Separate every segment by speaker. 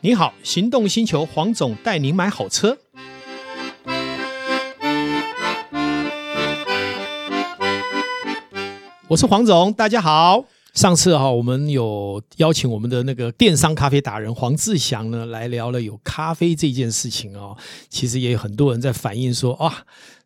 Speaker 1: 你好，行动星球黄总带您买好车。我是黄总，大家好。上次哈、我们有邀请我们的那个电商咖啡达人黄志祥呢，来聊了有咖啡这件事情哦。其实也有很多人在反映说，啊，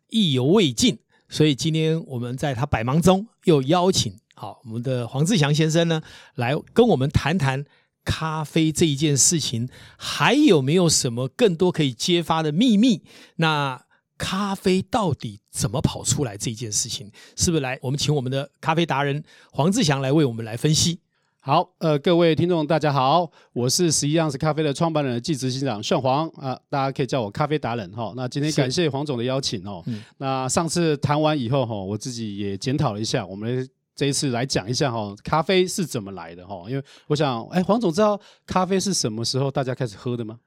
Speaker 1: 意犹未尽。所以今天我们在他百忙中又邀请好我们的黄志祥先生呢，来跟我们谈谈咖啡这一件事情，还有没有什么更多可以揭发的秘密？那咖啡到底怎么跑出来这一件事情，是不是来我们请我们的咖啡达人黄志祥来为我们来分析？
Speaker 2: 好，呃，各位听众大家好，我是十一样式咖啡的创办人暨执行长炫黄啊、大家可以叫我咖啡达人哈、那今天
Speaker 1: 是
Speaker 2: 感谢黄总的邀请哦。
Speaker 1: 嗯
Speaker 2: 那上次谈完以后哈、我自己也检讨了一下，我们这一次来讲一下哈、咖啡是怎么来的哈、因为我想，哎，黄总知道咖啡是什么时候大家开始喝的吗？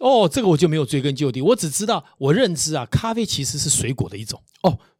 Speaker 1: 哦，这个我就没有追根究底，我只知道我认知啊，咖啡其实是水果的一种。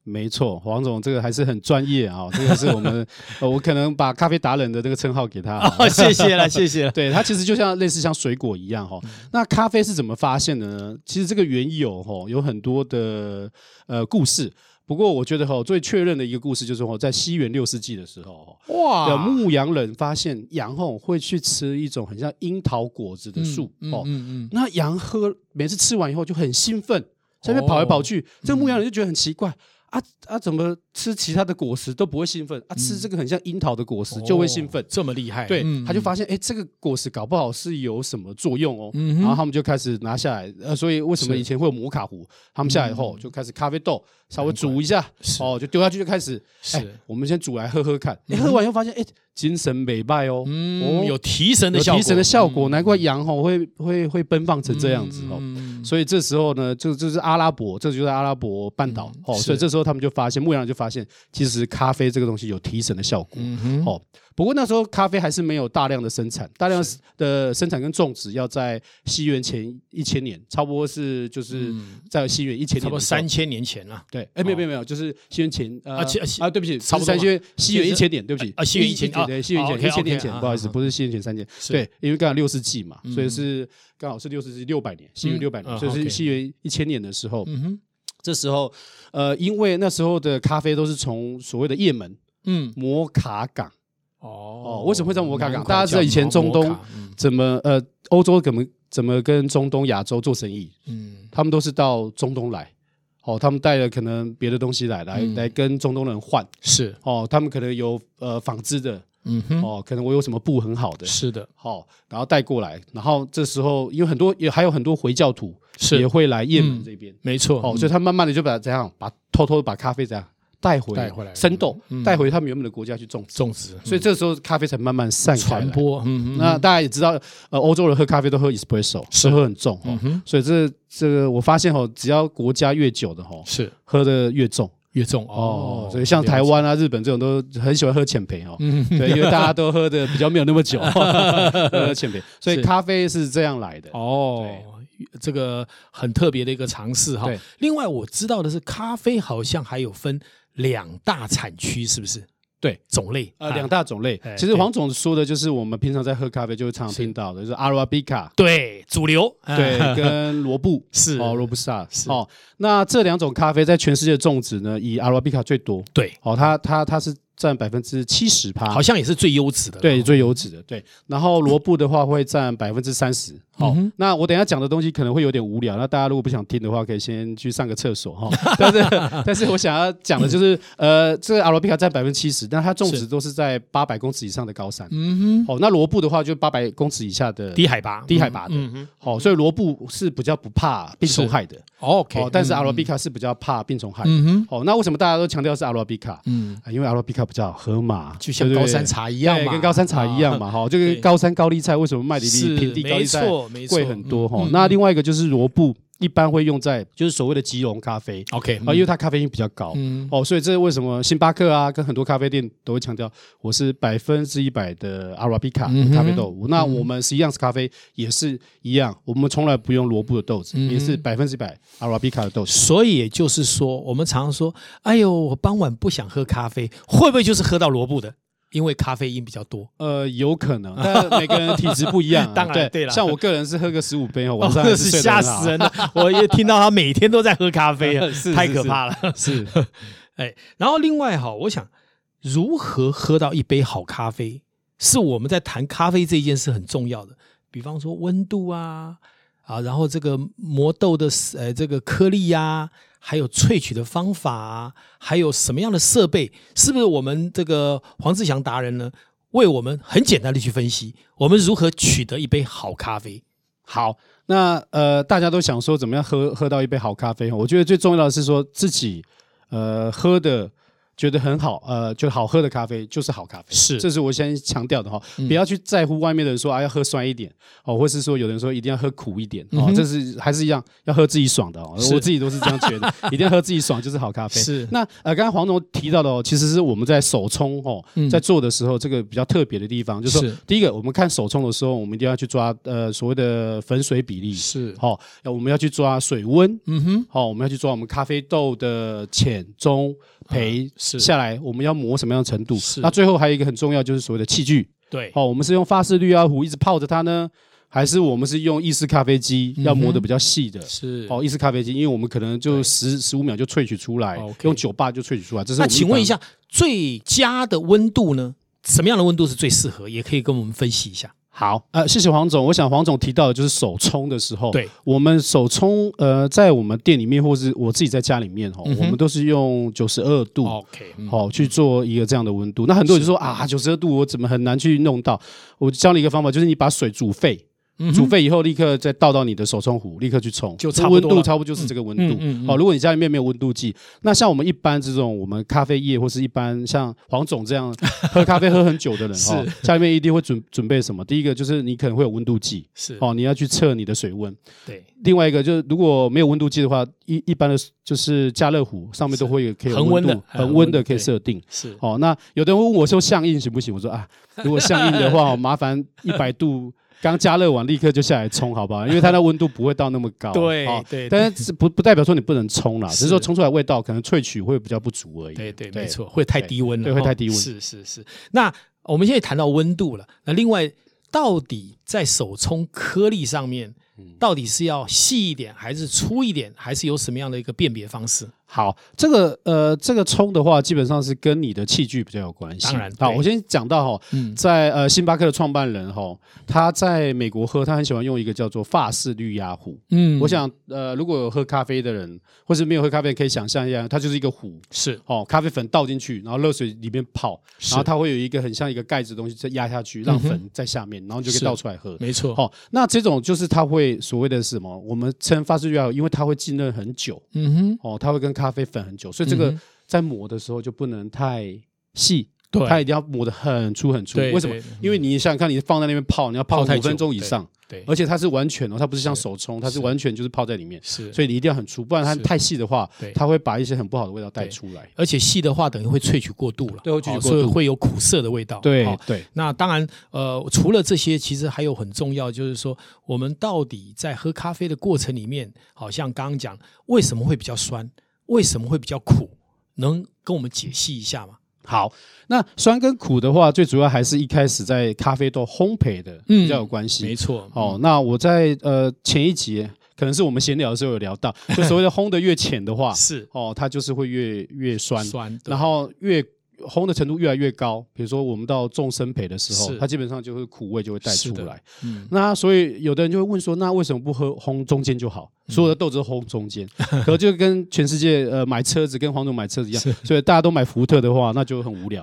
Speaker 2: 没错，黄总这个还是很专业啊、这个是我 们，呃我可能把咖啡达人的这个称号给他。啊
Speaker 1: 哦，谢谢了，谢谢了。
Speaker 2: 对，它其实就像类似像水果一样哈、
Speaker 1: 嗯
Speaker 2: 那咖啡是怎么发现的呢？其实这个缘由哈、有很多的呃故事。不过我觉得哈、最确认的一个故事就是哈、在西元六世纪的时候、哦，有
Speaker 1: 哇，
Speaker 2: 牧羊人发现羊吼、会去吃一种很像樱桃果子的树、哦，
Speaker 1: 嗯嗯
Speaker 2: 那羊喝每次吃完以后就很兴奋，在那边跑来跑
Speaker 1: 哦
Speaker 2: 去。这个
Speaker 1: 嗯
Speaker 2: 牧羊人就觉得很奇怪、啊啊，怎么吃其他的果实都不会兴奋啊？吃这个很像樱桃的果实
Speaker 1: 嗯，
Speaker 2: 就会兴奋
Speaker 1: 哦。这么厉害？
Speaker 2: 对，
Speaker 1: 嗯
Speaker 2: 他就发现，哎、这个果实搞不好是有什么作用哦。
Speaker 1: 嗯哼
Speaker 2: 然后他们就开始拿下来，呃，所以为什么
Speaker 1: 是嗯
Speaker 2: 以前会有摩卡壶？他们下来以后就开始咖啡豆稍微煮一下，
Speaker 1: 是
Speaker 2: 哦，就丢下去就开始，
Speaker 1: 是
Speaker 2: 哎我们先煮来喝喝看。哎、喝完又发现，哎、精神美败哦，
Speaker 1: 嗯，
Speaker 2: 哦
Speaker 1: 有提神的
Speaker 2: 有
Speaker 1: 效果，
Speaker 2: 提神的效果，难怪羊吼会会会奔放成这样子哦。
Speaker 1: 嗯
Speaker 2: 所以这时候呢，就就是阿拉伯，这就是阿拉伯半岛、
Speaker 1: 嗯
Speaker 2: 哦，
Speaker 1: 是
Speaker 2: 所以这时候他们就发现，牧羊人就发现，其实咖啡这个东西有提神的效果。
Speaker 1: 嗯哼，
Speaker 2: 哦，不过那时候咖啡还是没有大量的生产，大量的生产跟种植要在西元前一千年，差不多是就是在西元一千年的
Speaker 1: 嗯差不
Speaker 2: 时候，
Speaker 1: 多三千年前啊了。
Speaker 2: 对，哎，没有没有没有，就是西元前呃
Speaker 1: 啊西西
Speaker 2: 啊，对不起，
Speaker 1: 差不多吧
Speaker 2: 是三西元西元
Speaker 1: 是
Speaker 2: 一千年，对不起
Speaker 1: 啊西元1000啊
Speaker 2: 对，西元
Speaker 1: 啊
Speaker 2: 前
Speaker 1: ，OK，
Speaker 2: 一千年
Speaker 1: OK，
Speaker 2: 前
Speaker 1: 啊，
Speaker 2: 不好意思，
Speaker 1: 啊
Speaker 2: 不是西元前三千，
Speaker 1: 是
Speaker 2: 对，因为刚好六世纪嘛，
Speaker 1: 嗯
Speaker 2: 所以是刚好是六世纪六百年，西元
Speaker 1: 嗯
Speaker 2: 六百
Speaker 1: 啊
Speaker 2: 年，所以
Speaker 1: OK
Speaker 2: 是西元一千年的时候，
Speaker 1: 嗯哼，
Speaker 2: 这时候呃，因为那时候的咖啡都是从所谓的也门
Speaker 1: 嗯，
Speaker 2: 摩卡港。
Speaker 1: 哦
Speaker 2: 哦为什么会叫摩卡港
Speaker 1: 难怪
Speaker 2: 大家知道以前中
Speaker 1: 叫
Speaker 2: 东
Speaker 1: 摩卡嗯
Speaker 2: 怎么呃，欧洲怎么怎么跟中东、亚洲做生意？
Speaker 1: 嗯，
Speaker 2: 他们都是到中东来，哦，他们带了可能别的东西来，来、
Speaker 1: 嗯
Speaker 2: 来跟中东人换，
Speaker 1: 是，
Speaker 2: 哦，他们可能有呃纺织的，
Speaker 1: 嗯哼，
Speaker 2: 哦，可能我有什么布很好的，
Speaker 1: 是的，
Speaker 2: 好、然后带过来，然后这时候因为很多也还有很多回教徒也
Speaker 1: 是
Speaker 2: 会来也门
Speaker 1: 嗯
Speaker 2: 这边，
Speaker 1: 没错。
Speaker 2: 哦，所以他慢慢的就把怎样把偷偷地把咖啡怎样带回
Speaker 1: 带回来
Speaker 2: 生豆、
Speaker 1: 嗯
Speaker 2: 带回他们原本的国家去种植，
Speaker 1: 种植，
Speaker 2: 所以这时候咖啡才慢慢散开来
Speaker 1: 传播，嗯
Speaker 2: 那大家也知道，呃，欧洲人喝咖啡都喝 espresso，
Speaker 1: 是
Speaker 2: 是喝很重哦
Speaker 1: 嗯，哼，
Speaker 2: 所以这这个我发现哦，只要国家越久的哦，
Speaker 1: 是
Speaker 2: 喝的越重
Speaker 1: 越重
Speaker 2: 哦
Speaker 1: 哦，，
Speaker 2: 所以像
Speaker 1: 了解
Speaker 2: 台，湾啊、日本这种都很喜欢喝浅焙哦，
Speaker 1: 嗯，
Speaker 2: 对，因为大家都喝的比较没有那么 久，喝浅焙，所
Speaker 1: 是
Speaker 2: 以咖啡是这样来的。
Speaker 1: 哦，这个很特别的一个尝试哈
Speaker 2: 对。
Speaker 1: 另外我知道的是，咖啡好像还有分两大产区，是不是？
Speaker 2: 对，
Speaker 1: 种类
Speaker 2: 呃，两
Speaker 1: 大
Speaker 2: 大种类
Speaker 1: 哎，
Speaker 2: 其实
Speaker 1: 对
Speaker 2: 黄总说的就是我们平常在喝咖啡就会常常
Speaker 1: 是
Speaker 2: 听到的，就是阿拉比卡，
Speaker 1: 对主流，啊
Speaker 2: 对，跟罗布
Speaker 1: 是
Speaker 2: 哦，罗布萨
Speaker 1: 是
Speaker 2: 哦，那这两种咖啡在全世界种植呢，以阿拉比卡最多，
Speaker 1: 对，
Speaker 2: 哦，它它它是占百分之七十趴
Speaker 1: 好，像也是最优质的，哦
Speaker 2: 对，最油脂的，对。然后罗布的话会占百分之三十。好、
Speaker 1: 嗯哼
Speaker 2: 那我等一下讲的东西可能会有点无聊，那大家如果不想听的话，可以先去上个厕所哈、 但是，但是我想要讲的就是，呃，这个阿罗比卡占百分之七十，但它种
Speaker 1: 是
Speaker 2: 植都是在八百公尺以上的高山。
Speaker 1: 嗯
Speaker 2: 哦，那罗布的话就八百公尺以下的。
Speaker 1: 低海拔，
Speaker 2: 低海拔的
Speaker 1: 嗯嗯
Speaker 2: 哦，所以罗布是比较不怕病虫
Speaker 1: 是
Speaker 2: 害的。
Speaker 1: ，OK，
Speaker 2: 哦，但是
Speaker 1: 嗯
Speaker 2: 阿罗比卡是比较怕病虫害的。
Speaker 1: 嗯哼，
Speaker 2: 哦，那为什么大家都强调是阿罗比卡？
Speaker 1: 嗯，
Speaker 2: 啊因为阿罗比卡比较好喝嘛，
Speaker 1: 就像
Speaker 2: 对不对
Speaker 1: 高山茶一样
Speaker 2: 对
Speaker 1: 嘛，啊
Speaker 2: 跟高山茶一 样嘛，哈，就
Speaker 1: 对
Speaker 2: 跟高山高丽菜为什么卖的
Speaker 1: 是
Speaker 2: 比平地高
Speaker 1: 没
Speaker 2: 丽菜
Speaker 1: 错，没错，
Speaker 2: 贵很多哈
Speaker 1: 嗯？
Speaker 2: 那另外一个就是罗布，一般会用在就是所谓的吉隆咖啡
Speaker 1: OK，
Speaker 2: 啊，因为它咖啡因比较高。
Speaker 1: 嗯，
Speaker 2: 哦，所以这是为什么星巴克啊，跟很多咖啡店都会强调我是百分之一百的阿拉比卡
Speaker 1: 嗯哼
Speaker 2: 咖啡豆。那我们实际上是咖啡也是一样，我们从来不用罗布的豆子，
Speaker 1: 嗯哼
Speaker 2: 也是百分之百阿拉比卡的豆子。
Speaker 1: 所以也就是说，我们常说，哎呦，我傍晚不想喝咖啡，会不会就是喝到罗布的？因为咖啡因比较多。
Speaker 2: 呃，有可能，但每个人的体质不一 样啊。
Speaker 1: 当然
Speaker 2: 对
Speaker 1: 对啦
Speaker 2: 像我个人是喝个十五杯哦， 晚上还
Speaker 1: 哦，
Speaker 2: 是
Speaker 1: 是
Speaker 2: 睡得
Speaker 1: 吓
Speaker 2: 很好
Speaker 1: 死人了！我也听到他每天都在喝咖啡啊
Speaker 2: 是是，
Speaker 1: 太可怕了。
Speaker 2: 是
Speaker 1: 哎，然后另外哈，我想如何喝到一杯好咖啡，是我们在谈咖啡这件事很重要的。比方说温度啊，啊，然后这个磨豆的呃这个颗粒呀、还有萃取的方法、啊，还有什么样的设备，是不是我们这个黄志祥达人呢？为我们很简单的去分析，我们如何取得一杯好咖啡。
Speaker 2: 好，那呃，大家都想说怎么样喝喝到一杯好咖啡？我觉得最重要的是说自己呃喝的觉得很好，呃，就好喝的咖啡就是好咖啡。
Speaker 1: 是嗯
Speaker 2: 这是我先强调的哈、不要去在乎外面的人说啊要喝酸一点哦，或是说有人说一定要喝苦一点哦，这是还是一样要喝自己爽的哦。
Speaker 1: 嗯是
Speaker 2: 我自己都是这样 觉得，一定要喝自己爽就是好咖啡。
Speaker 1: 是
Speaker 2: 那呃，刚刚黄总提到的哦，其实是我们在手冲哦，在做的时候这个比较特别的地方，就是说
Speaker 1: 嗯是
Speaker 2: 第一个我们看手冲的时候，我们一定要去抓呃所谓的粉水比例。
Speaker 1: 是，
Speaker 2: 好、要我们要去抓水温，
Speaker 1: 嗯哼，
Speaker 2: 好、我们要去抓我们咖啡豆的浅、中、培、
Speaker 1: 啊是
Speaker 2: 下来，我们要磨什么样的程度？
Speaker 1: 是
Speaker 2: 那最后还有一个很重要，就是所谓的器具。
Speaker 1: 对，
Speaker 2: 哦，我们是用发式滤压壶一直泡着它呢，还是我们是用意式咖啡机，
Speaker 1: 嗯
Speaker 2: 要磨的比较细的？
Speaker 1: 是。
Speaker 2: 哦，意式咖啡机，因为我们可能就
Speaker 1: 对哦
Speaker 2: 十十五秒就萃取出来
Speaker 1: OK，
Speaker 2: 用酒吧就萃取出来。这是
Speaker 1: 那
Speaker 2: 我们
Speaker 1: 请问一
Speaker 2: 般，
Speaker 1: 下，最佳的温度呢？什么样的温度是最适合？也可以跟我们分析一下。
Speaker 2: 好，呃，谢谢黄总。我想黄总提到的就是手冲的时候，
Speaker 1: 对，
Speaker 2: 我们手冲，呃，在我们店里面或是我自己在家里面哦，
Speaker 1: 嗯哼
Speaker 2: 我们都是用九十二度。
Speaker 1: OK，嗯
Speaker 2: 好、去做一个这样的温度，那很多人就说啊，九十二度我怎么很难去弄到？我教你一个方法，就是你把水煮沸，
Speaker 1: 嗯哼
Speaker 2: 煮沸以后立刻再倒到你的手冲壶，立刻去冲，
Speaker 1: 就
Speaker 2: 这
Speaker 1: 差不
Speaker 2: 温
Speaker 1: 多
Speaker 2: 度
Speaker 1: 了
Speaker 2: 差不多就是这个温
Speaker 1: 嗯
Speaker 2: 度。
Speaker 1: 嗯嗯
Speaker 2: 好、如果你家里面没有温度计，那像我们一般这种，我们咖啡业或是一般像黄总这样 喝咖啡喝很久的人
Speaker 1: 是
Speaker 2: 哈、哦，家里面一定会准准备什么？第一个就是你可能会有温度计，
Speaker 1: 是，
Speaker 2: 哦，你要去测你的水温。
Speaker 1: 对，
Speaker 2: 另外一个就是，如果没有温度计的话，一一般的就是加热壶上面都会有可以有
Speaker 1: 恒温
Speaker 2: 温
Speaker 1: 的
Speaker 2: 度
Speaker 1: 哎
Speaker 2: 恒温的可
Speaker 1: 恒温的
Speaker 2: 以
Speaker 1: 对
Speaker 2: 设定。
Speaker 1: 是
Speaker 2: 哦，那有的人问我说相应行不行？我说啊，如果相应的话，哦、麻烦一百度刚加热完立刻就下来冲，好不好？因为它的温度不会到那么高。
Speaker 1: 对
Speaker 2: 哦
Speaker 1: 对
Speaker 2: 但是不不代表说你不能冲啦，
Speaker 1: 是
Speaker 2: 只是说冲出来味道可能萃取会比较不足而已。
Speaker 1: 对对，没错，会太低温了，
Speaker 2: 对会
Speaker 1: 哦
Speaker 2: 太低温
Speaker 1: 是是是。那我们现在谈到温度了，那另外到底在手冲颗粒上面，
Speaker 2: 嗯
Speaker 1: 到底是要细一点，还是粗一点，还是有什么样的一个辨别方式？
Speaker 2: 好，这个呃，这个冲的话，基本上是跟你的器具比较有关系。
Speaker 1: 当然
Speaker 2: 好，
Speaker 1: 对
Speaker 2: 我先讲到哈，
Speaker 1: 嗯
Speaker 2: 在呃星巴克的创办人哈，他在美国喝，他很喜欢用一个叫做法式绿压壶。
Speaker 1: 嗯
Speaker 2: 我想呃，如果有喝咖啡的人，或是没有喝咖啡，可以想象一下，它就是一个壶。
Speaker 1: 是
Speaker 2: 哦，咖啡粉倒进去，然后热水里面泡，
Speaker 1: 是嗯
Speaker 2: 然后它会有一个很像一个盖子的东西再压下去，让粉在下面，然后你就可以
Speaker 1: 是
Speaker 2: 倒出来喝。
Speaker 1: 没错，
Speaker 2: 好、哦那这种就是它会所谓的什么？我们称发酵料，因为它会浸润很久，
Speaker 1: 嗯哼，
Speaker 2: 哦，它会跟咖啡粉很久，所以这个
Speaker 1: 嗯
Speaker 2: 在磨的时候就不能太细，
Speaker 1: 对
Speaker 2: 它一定要磨得很粗很粗。
Speaker 1: 对
Speaker 2: 为什么
Speaker 1: 对？嗯
Speaker 2: 因为你想想看，你放在那边泡，你要泡
Speaker 1: 泡太
Speaker 2: 五分
Speaker 1: 久
Speaker 2: 钟以
Speaker 1: 对
Speaker 2: 上，
Speaker 1: 对，
Speaker 2: 而且它是完全哦，它不是像手冲，它是
Speaker 1: 是
Speaker 2: 完全就是泡在里面，
Speaker 1: 是，
Speaker 2: 所以你一定要很粗，不然它
Speaker 1: 是
Speaker 2: 太细的话
Speaker 1: 对，
Speaker 2: 它会把一些很不好的味道带
Speaker 1: 对
Speaker 2: 出来。
Speaker 1: 而且细的话等于会萃取过度了，
Speaker 2: 对会萃取
Speaker 1: 好
Speaker 2: 过
Speaker 1: 所以
Speaker 2: 度
Speaker 1: 会有苦涩的味道。好
Speaker 2: 对对，
Speaker 1: 那当然，呃，除了这些，其实还有很重要，就是说，我们到底在喝咖啡的过程里面，好像刚刚讲，为什么会比较酸，为什么会比较苦，能跟我们解析一下吗？
Speaker 2: 好，那酸跟苦的话，最主要还是一开始在咖啡豆烘焙的
Speaker 1: 嗯
Speaker 2: 比较有关系。
Speaker 1: 没错，，
Speaker 2: 哦，那我在呃前一集可能是我们闲聊的时候有聊到，就所谓的烘的越浅的话
Speaker 1: 是
Speaker 2: 哦，它就是会越越酸，
Speaker 1: 酸，对
Speaker 2: 然后越烘的程度越来越高，比如说我们到重生焙的时候
Speaker 1: 是，
Speaker 2: 它基本上就是苦味就会带
Speaker 1: 是
Speaker 2: 出
Speaker 1: 的
Speaker 2: 来。
Speaker 1: 嗯
Speaker 2: 那所以有的人就会问说，那为什么不喝烘中间就好？
Speaker 1: 嗯
Speaker 2: 所有的豆子都烘中 间，可就跟全世界呃买车子跟黄总买车子一样，所以大家都买福特的话，那就很无 聊，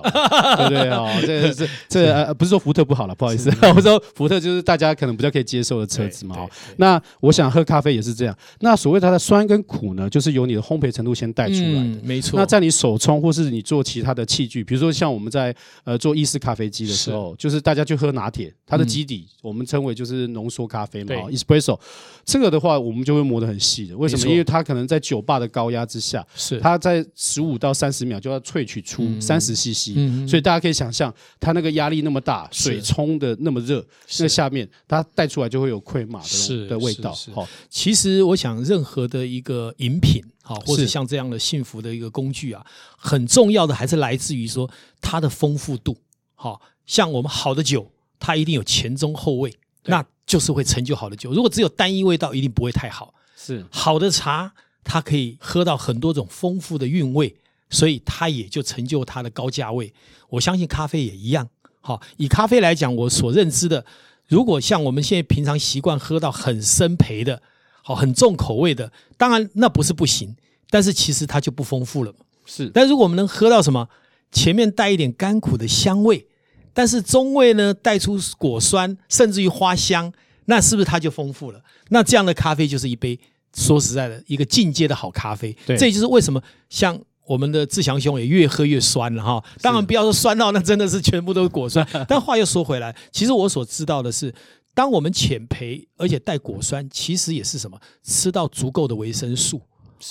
Speaker 2: 对不对哦？这这这呃不是说福特不好了，不好意思， 我说福特就是大家可能比较可以接受的车子嘛。哦，
Speaker 1: 对对
Speaker 2: 那我想喝咖啡也是这样。那所谓它的酸跟苦呢，就是由你的烘焙程度先带出来的。
Speaker 1: 嗯没错，
Speaker 2: 那在你手冲或是你做其他的器具，比如说像我们在呃做意式咖啡机的时候，就是大家去喝拿铁，
Speaker 1: 嗯
Speaker 2: 它的基底、我们称为就是浓缩咖啡嘛
Speaker 1: 对
Speaker 2: 哦，espresso。这个的话，我们就会磨得很细的。为什
Speaker 1: 没
Speaker 2: 么？
Speaker 1: 错
Speaker 2: 因为它可能在酒吧的高压之下，
Speaker 1: 是
Speaker 2: 它在十五到三十秒就要萃取出三十 CC，、
Speaker 1: 嗯
Speaker 2: 所以大家可以想象，它那个压力那么大，
Speaker 1: 是
Speaker 2: 水冲的那么热，那下面它带出来就会有溃马的那
Speaker 1: 是
Speaker 2: 种的味道
Speaker 1: 是是。
Speaker 2: 好、
Speaker 1: 其实我想，任何的一个饮品，好，或者
Speaker 2: 是
Speaker 1: 像这样的幸福的一个工具啊，很重要的还是来自于说它的丰富度。好、像我们好的酒，它一定有前中后味，那就是会成就好的酒。如果只有单一味道，一定不会太好。
Speaker 2: 是
Speaker 1: 好的茶，它可以喝到很多种丰富的韵味，所以它也就成就它的高价位。我相信咖啡也一样。好，以咖啡来讲，我所认知的，如果像我们现在平常习惯喝到很生培的，好很重口味的，当然那不是不行，但是其实它就不丰富了嘛。
Speaker 2: 是
Speaker 1: 但如果我们能喝到什么，前面带一点甘苦的香味，但是中味呢带出果酸，甚至于花香，那是不是它就丰富了？那这样的咖啡就是一杯说实在的，一个进阶的好咖啡。
Speaker 2: 对
Speaker 1: 这也就是为什么像。我们的志祥兄也越喝越酸了哈，当然不要说酸到那真的是全部都是果酸。 但话又说回来，其实我所知道的是，当我们浅焙而且带果酸，其实也是什么吃到足够的维生素。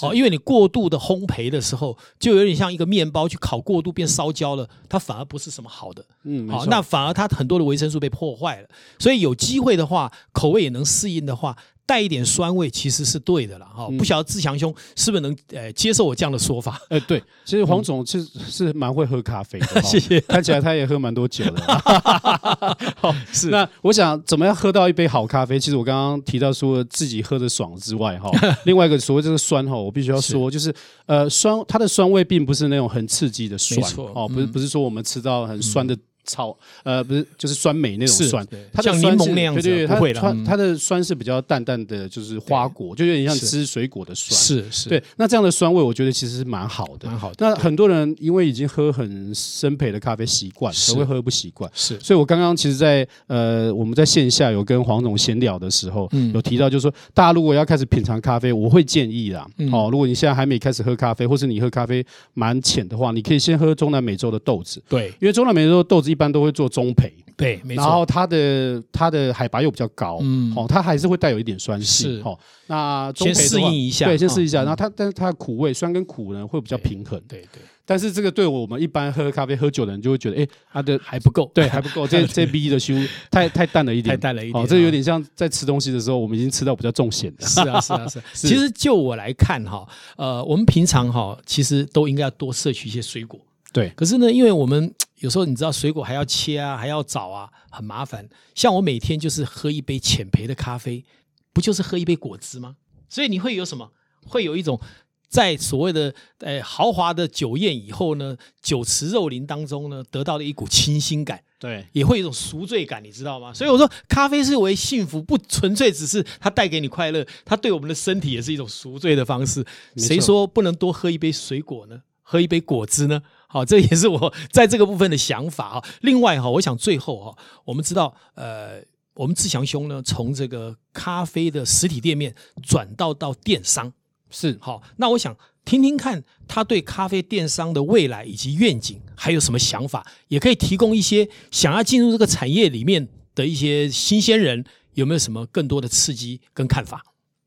Speaker 1: 哦，因为你过度的烘焙的时候，就有点像一个面包去烤过度变烧焦了，它反而不是什么好的。
Speaker 2: 嗯，没
Speaker 1: 好，
Speaker 2: 错
Speaker 1: 那反而它很多的维生素被破坏了。所以有机会的话，口味也能适应的话，带一点酸味其实是对的了。哈、
Speaker 2: 嗯
Speaker 1: 不晓得志强兄是不是能呃接受我这样的说法？
Speaker 2: 呃，对， 其实黄总是、是蛮会喝咖啡的、哦，
Speaker 1: 谢谢
Speaker 2: 看起来他也喝蛮多酒 的。
Speaker 1: 是
Speaker 2: 那我想，怎么样喝到一杯好咖啡？其实我刚刚提到说自己喝的爽之 外，哈，另外一个所谓这个酸哈，我必须要说，就是呃酸，它的酸味并不是那种很刺激的酸
Speaker 1: 没错，嗯
Speaker 2: 哦，不是不是说我们吃到很酸的草，呃，不是就是酸梅那种
Speaker 1: 是
Speaker 2: 酸
Speaker 1: 对，
Speaker 2: 它的
Speaker 1: 像
Speaker 2: 酸
Speaker 1: 柠檬
Speaker 2: 是
Speaker 1: 那样子
Speaker 2: 对对对，
Speaker 1: 不
Speaker 2: 它
Speaker 1: 会
Speaker 2: 的
Speaker 1: 啦嗯
Speaker 2: 酸它的酸是比较淡淡的，就是花果，就有点像
Speaker 1: 是
Speaker 2: 吃水果的酸，
Speaker 1: 是是，
Speaker 2: 对，那这样的酸味，我觉得其实是蛮好的，
Speaker 1: 蛮好的
Speaker 2: 那很多人因为已经喝很生培的咖啡习惯，
Speaker 1: 是
Speaker 2: 可能会喝不习惯。
Speaker 1: 是
Speaker 2: 所以我刚刚其实在，呃我们在线下有跟黄总闲聊的时候，
Speaker 1: 嗯
Speaker 2: 有提到，就是说大家如果要开始品尝咖啡，我会建议啦，
Speaker 1: 嗯
Speaker 2: 哦，如果你现在还没开始喝咖啡，或是你喝咖啡蛮浅的话，你可以先喝中南美洲的豆子，
Speaker 1: 对
Speaker 2: 因为中南美洲的豆子一般都会做中培。
Speaker 1: 对，没
Speaker 2: 然
Speaker 1: 错，
Speaker 2: 后它的它的海拔又比较高，嗯，哦，它还是会带有一点酸性
Speaker 1: 是，
Speaker 2: 哦。那中
Speaker 1: 先
Speaker 2: 培的
Speaker 1: 适
Speaker 2: 话
Speaker 1: 应一下
Speaker 2: 对，先
Speaker 1: 嗯
Speaker 2: 试一下。然后它但是它的苦味，酸跟苦呢会比较平衡，
Speaker 1: 对对，
Speaker 2: 但是这个对我们一般喝咖啡喝酒的人就会觉得，哎，它的
Speaker 1: 还不够，
Speaker 2: 对还不 够，这这逼的修太太淡了一点，
Speaker 1: 太淡了一点
Speaker 2: 哦，这
Speaker 1: 啊
Speaker 2: 有点像在吃东西的时候，我们已经吃到比较重咸的，
Speaker 1: 是啊，是啊，是啊。
Speaker 2: 是
Speaker 1: 其实就我来看哈，呃，我们平常哈，其实都应该要多摄取一些水果。
Speaker 2: 对，
Speaker 1: 可是呢，因为我们有时候你知道水果还要切啊，还要找啊，很麻烦。像我每天就是喝一杯浅焙的咖啡，不就是喝一杯果汁吗？所以你会有什么？会有一种在所谓的呃豪华的酒宴以后呢，酒池肉林当中呢，得到了一股清新感。
Speaker 2: 对，
Speaker 1: 也会有一种赎罪感，你知道吗？所以我说，咖啡是为幸福，不纯粹只是它带给你快乐，它对我们的身体也是一种赎罪的方式。
Speaker 2: 错
Speaker 1: 谁说不能多喝一杯水果呢？喝一杯果汁呢？好，这也是我 在这个部分的想法啊。另外哈，我想最后哈，我们知道，呃，我们志祥兄呢，从这个咖啡的实体店面转到到电商，
Speaker 2: 是
Speaker 1: 好，那我想听听看他对咖啡电商的未来以及愿景还有什么想法，也可以提供一些想要进入这个产业里面的一些新鲜人有没有什么更多的刺激跟看法？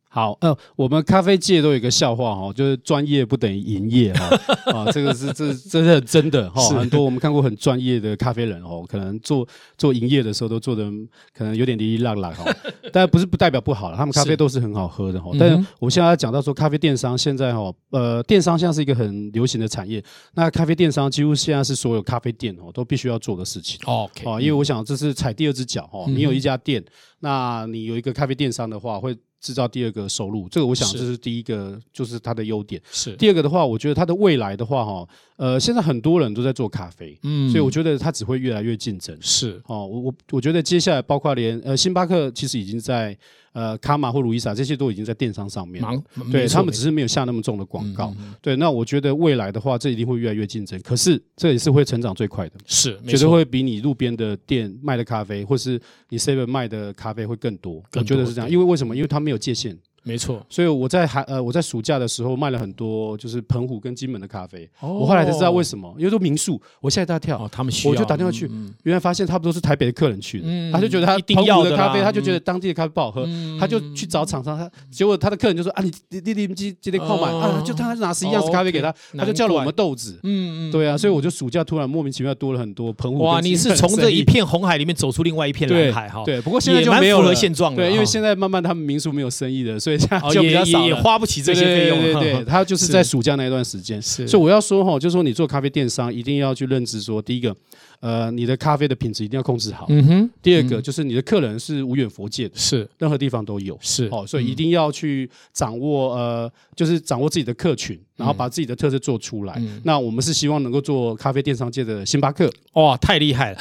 Speaker 2: 好，呃，我们咖啡界都有一个笑话哈、哦，就是专业不等于营业 哈、哦，啊，这个是这这是很真的哈、
Speaker 1: 是
Speaker 2: 很多我们看过很专业的咖啡人哦，可能做做营业的时候都做的可能有点哩哩啦啦哈， 但不是不代表不好了，他们咖啡
Speaker 1: 是
Speaker 2: 都是很好喝的哈、
Speaker 1: 嗯哼
Speaker 2: 但是我们现在要讲到说咖啡电商现在哈、呃，电商现在是一个很流行的产业，那咖啡电商几乎现在是所有咖啡店哦都必须要做的事情。
Speaker 1: OK，
Speaker 2: 哦，因为我想这是踩第二只脚
Speaker 1: 嗯
Speaker 2: 哦。你有一家店，那你有一个咖啡电商的话，会制造第二个收入。这个我想
Speaker 1: 是
Speaker 2: 这是第一个，就是它的优点。
Speaker 1: 是
Speaker 2: 第二个的话，我觉得它的未来的话，哈，呃，现在很多人都在做咖啡，
Speaker 1: 嗯
Speaker 2: 所以我觉得它只会越来越竞争。
Speaker 1: 是
Speaker 2: 哦，我我我觉得接下来包括连呃星巴克其实已经在呃卡玛或路易莎这些都已经在电商上面了，
Speaker 1: 忙，
Speaker 2: 对
Speaker 1: 没错
Speaker 2: 他们只是没有下那么重的广告。
Speaker 1: 嗯嗯
Speaker 2: 对，那我觉得未来的话，这一定会越来越竞争，可是这也是会成长最快的。
Speaker 1: 是没
Speaker 2: 绝对
Speaker 1: 错
Speaker 2: 会比你路边的店卖的咖啡，或是你 seven 卖的咖啡会更多。
Speaker 1: 更多
Speaker 2: 我觉得是这样，因为为什么？因为它没有界限。
Speaker 1: 没错。
Speaker 2: 所以我在寒呃我在暑假的时候卖了很多就是澎湖跟金门的咖啡，
Speaker 1: 哦
Speaker 2: 我后来才知道为什么，因为都民宿，我吓一大跳。
Speaker 1: 哦，他们需要
Speaker 2: 我就打电话去，原来发现他们都是台北的客人去的，
Speaker 1: 嗯
Speaker 2: 他就觉得他
Speaker 1: 一定
Speaker 2: 澎
Speaker 1: 要
Speaker 2: 湖
Speaker 1: 的啦
Speaker 2: 咖啡，他就
Speaker 1: 嗯
Speaker 2: 觉得当地的咖啡不好喝，他就去找厂商，他结果他的客人就说啊，你你你你今今天空买、
Speaker 1: 哦
Speaker 2: 啊，就他拿十一样子
Speaker 1: 哦
Speaker 2: 咖啡给他，
Speaker 1: OK，
Speaker 2: 他就叫了我
Speaker 1: 难
Speaker 2: 们豆子，
Speaker 1: 嗯嗯，嗯
Speaker 2: 对啊，所以我就暑假突然莫名其妙多了很多澎湖跟金门
Speaker 1: 哇，
Speaker 2: 的生意。
Speaker 1: 你是从这一片红海里面走出另外一片蓝海哈，
Speaker 2: 对，不过现在
Speaker 1: 也
Speaker 2: 就
Speaker 1: 蛮
Speaker 2: 没有
Speaker 1: 符合
Speaker 2: 了
Speaker 1: 现状的
Speaker 2: 对，因
Speaker 1: 哈
Speaker 2: 为现在慢慢他们民宿没有生意了，所以对，这样
Speaker 1: 哦
Speaker 2: 就
Speaker 1: 也
Speaker 2: 比较少
Speaker 1: 也也
Speaker 2: 了
Speaker 1: 花不起这些费用，
Speaker 2: 对对对对，他就是
Speaker 1: 是
Speaker 2: 在暑假那一段时间。
Speaker 1: 是
Speaker 2: 所以我要说哈，就是说你做咖啡电商一定要去认知说，第一个，呃，你的咖啡的品质一定要控制好；
Speaker 1: 嗯哼，
Speaker 2: 第二个就是你的客人是无远佛界的，
Speaker 1: 是
Speaker 2: 任何地方都有。
Speaker 1: 是嗯
Speaker 2: 哦，所以一定要去掌握呃，就是掌握自己的客群，然后
Speaker 1: 嗯
Speaker 2: 把自己的特色做出来。那我们是希望能够做咖啡电商界的星巴克，
Speaker 1: 哇，太厉害了！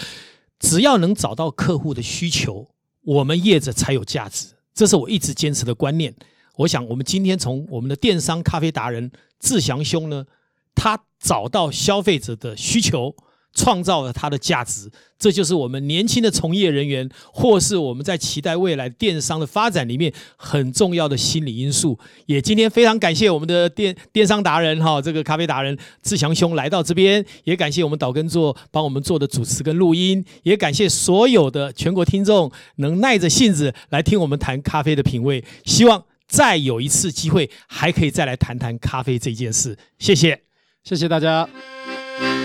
Speaker 1: 只要能找到客户的需求，我们业者才有价值，这是我一直坚持的观念。我想，我们今天从我们的电商咖啡达人志祥兄呢，他找到消费者的需求，创造了他的价值，这就是我们年轻的从业人员，或是我们在期待未来电商的发展里面很重要的心理因素。也今天非常感谢我们的电电商达人哈，这个咖啡达人志祥兄来到这边，也感谢我们岛根座帮我们做的主持跟录音，也感谢所有的全国听众能耐着性子来听我们谈咖啡的品味。希望再有一次机会，还可以再来谈谈咖啡这件事。谢谢。
Speaker 2: 谢谢大家。
Speaker 3: 「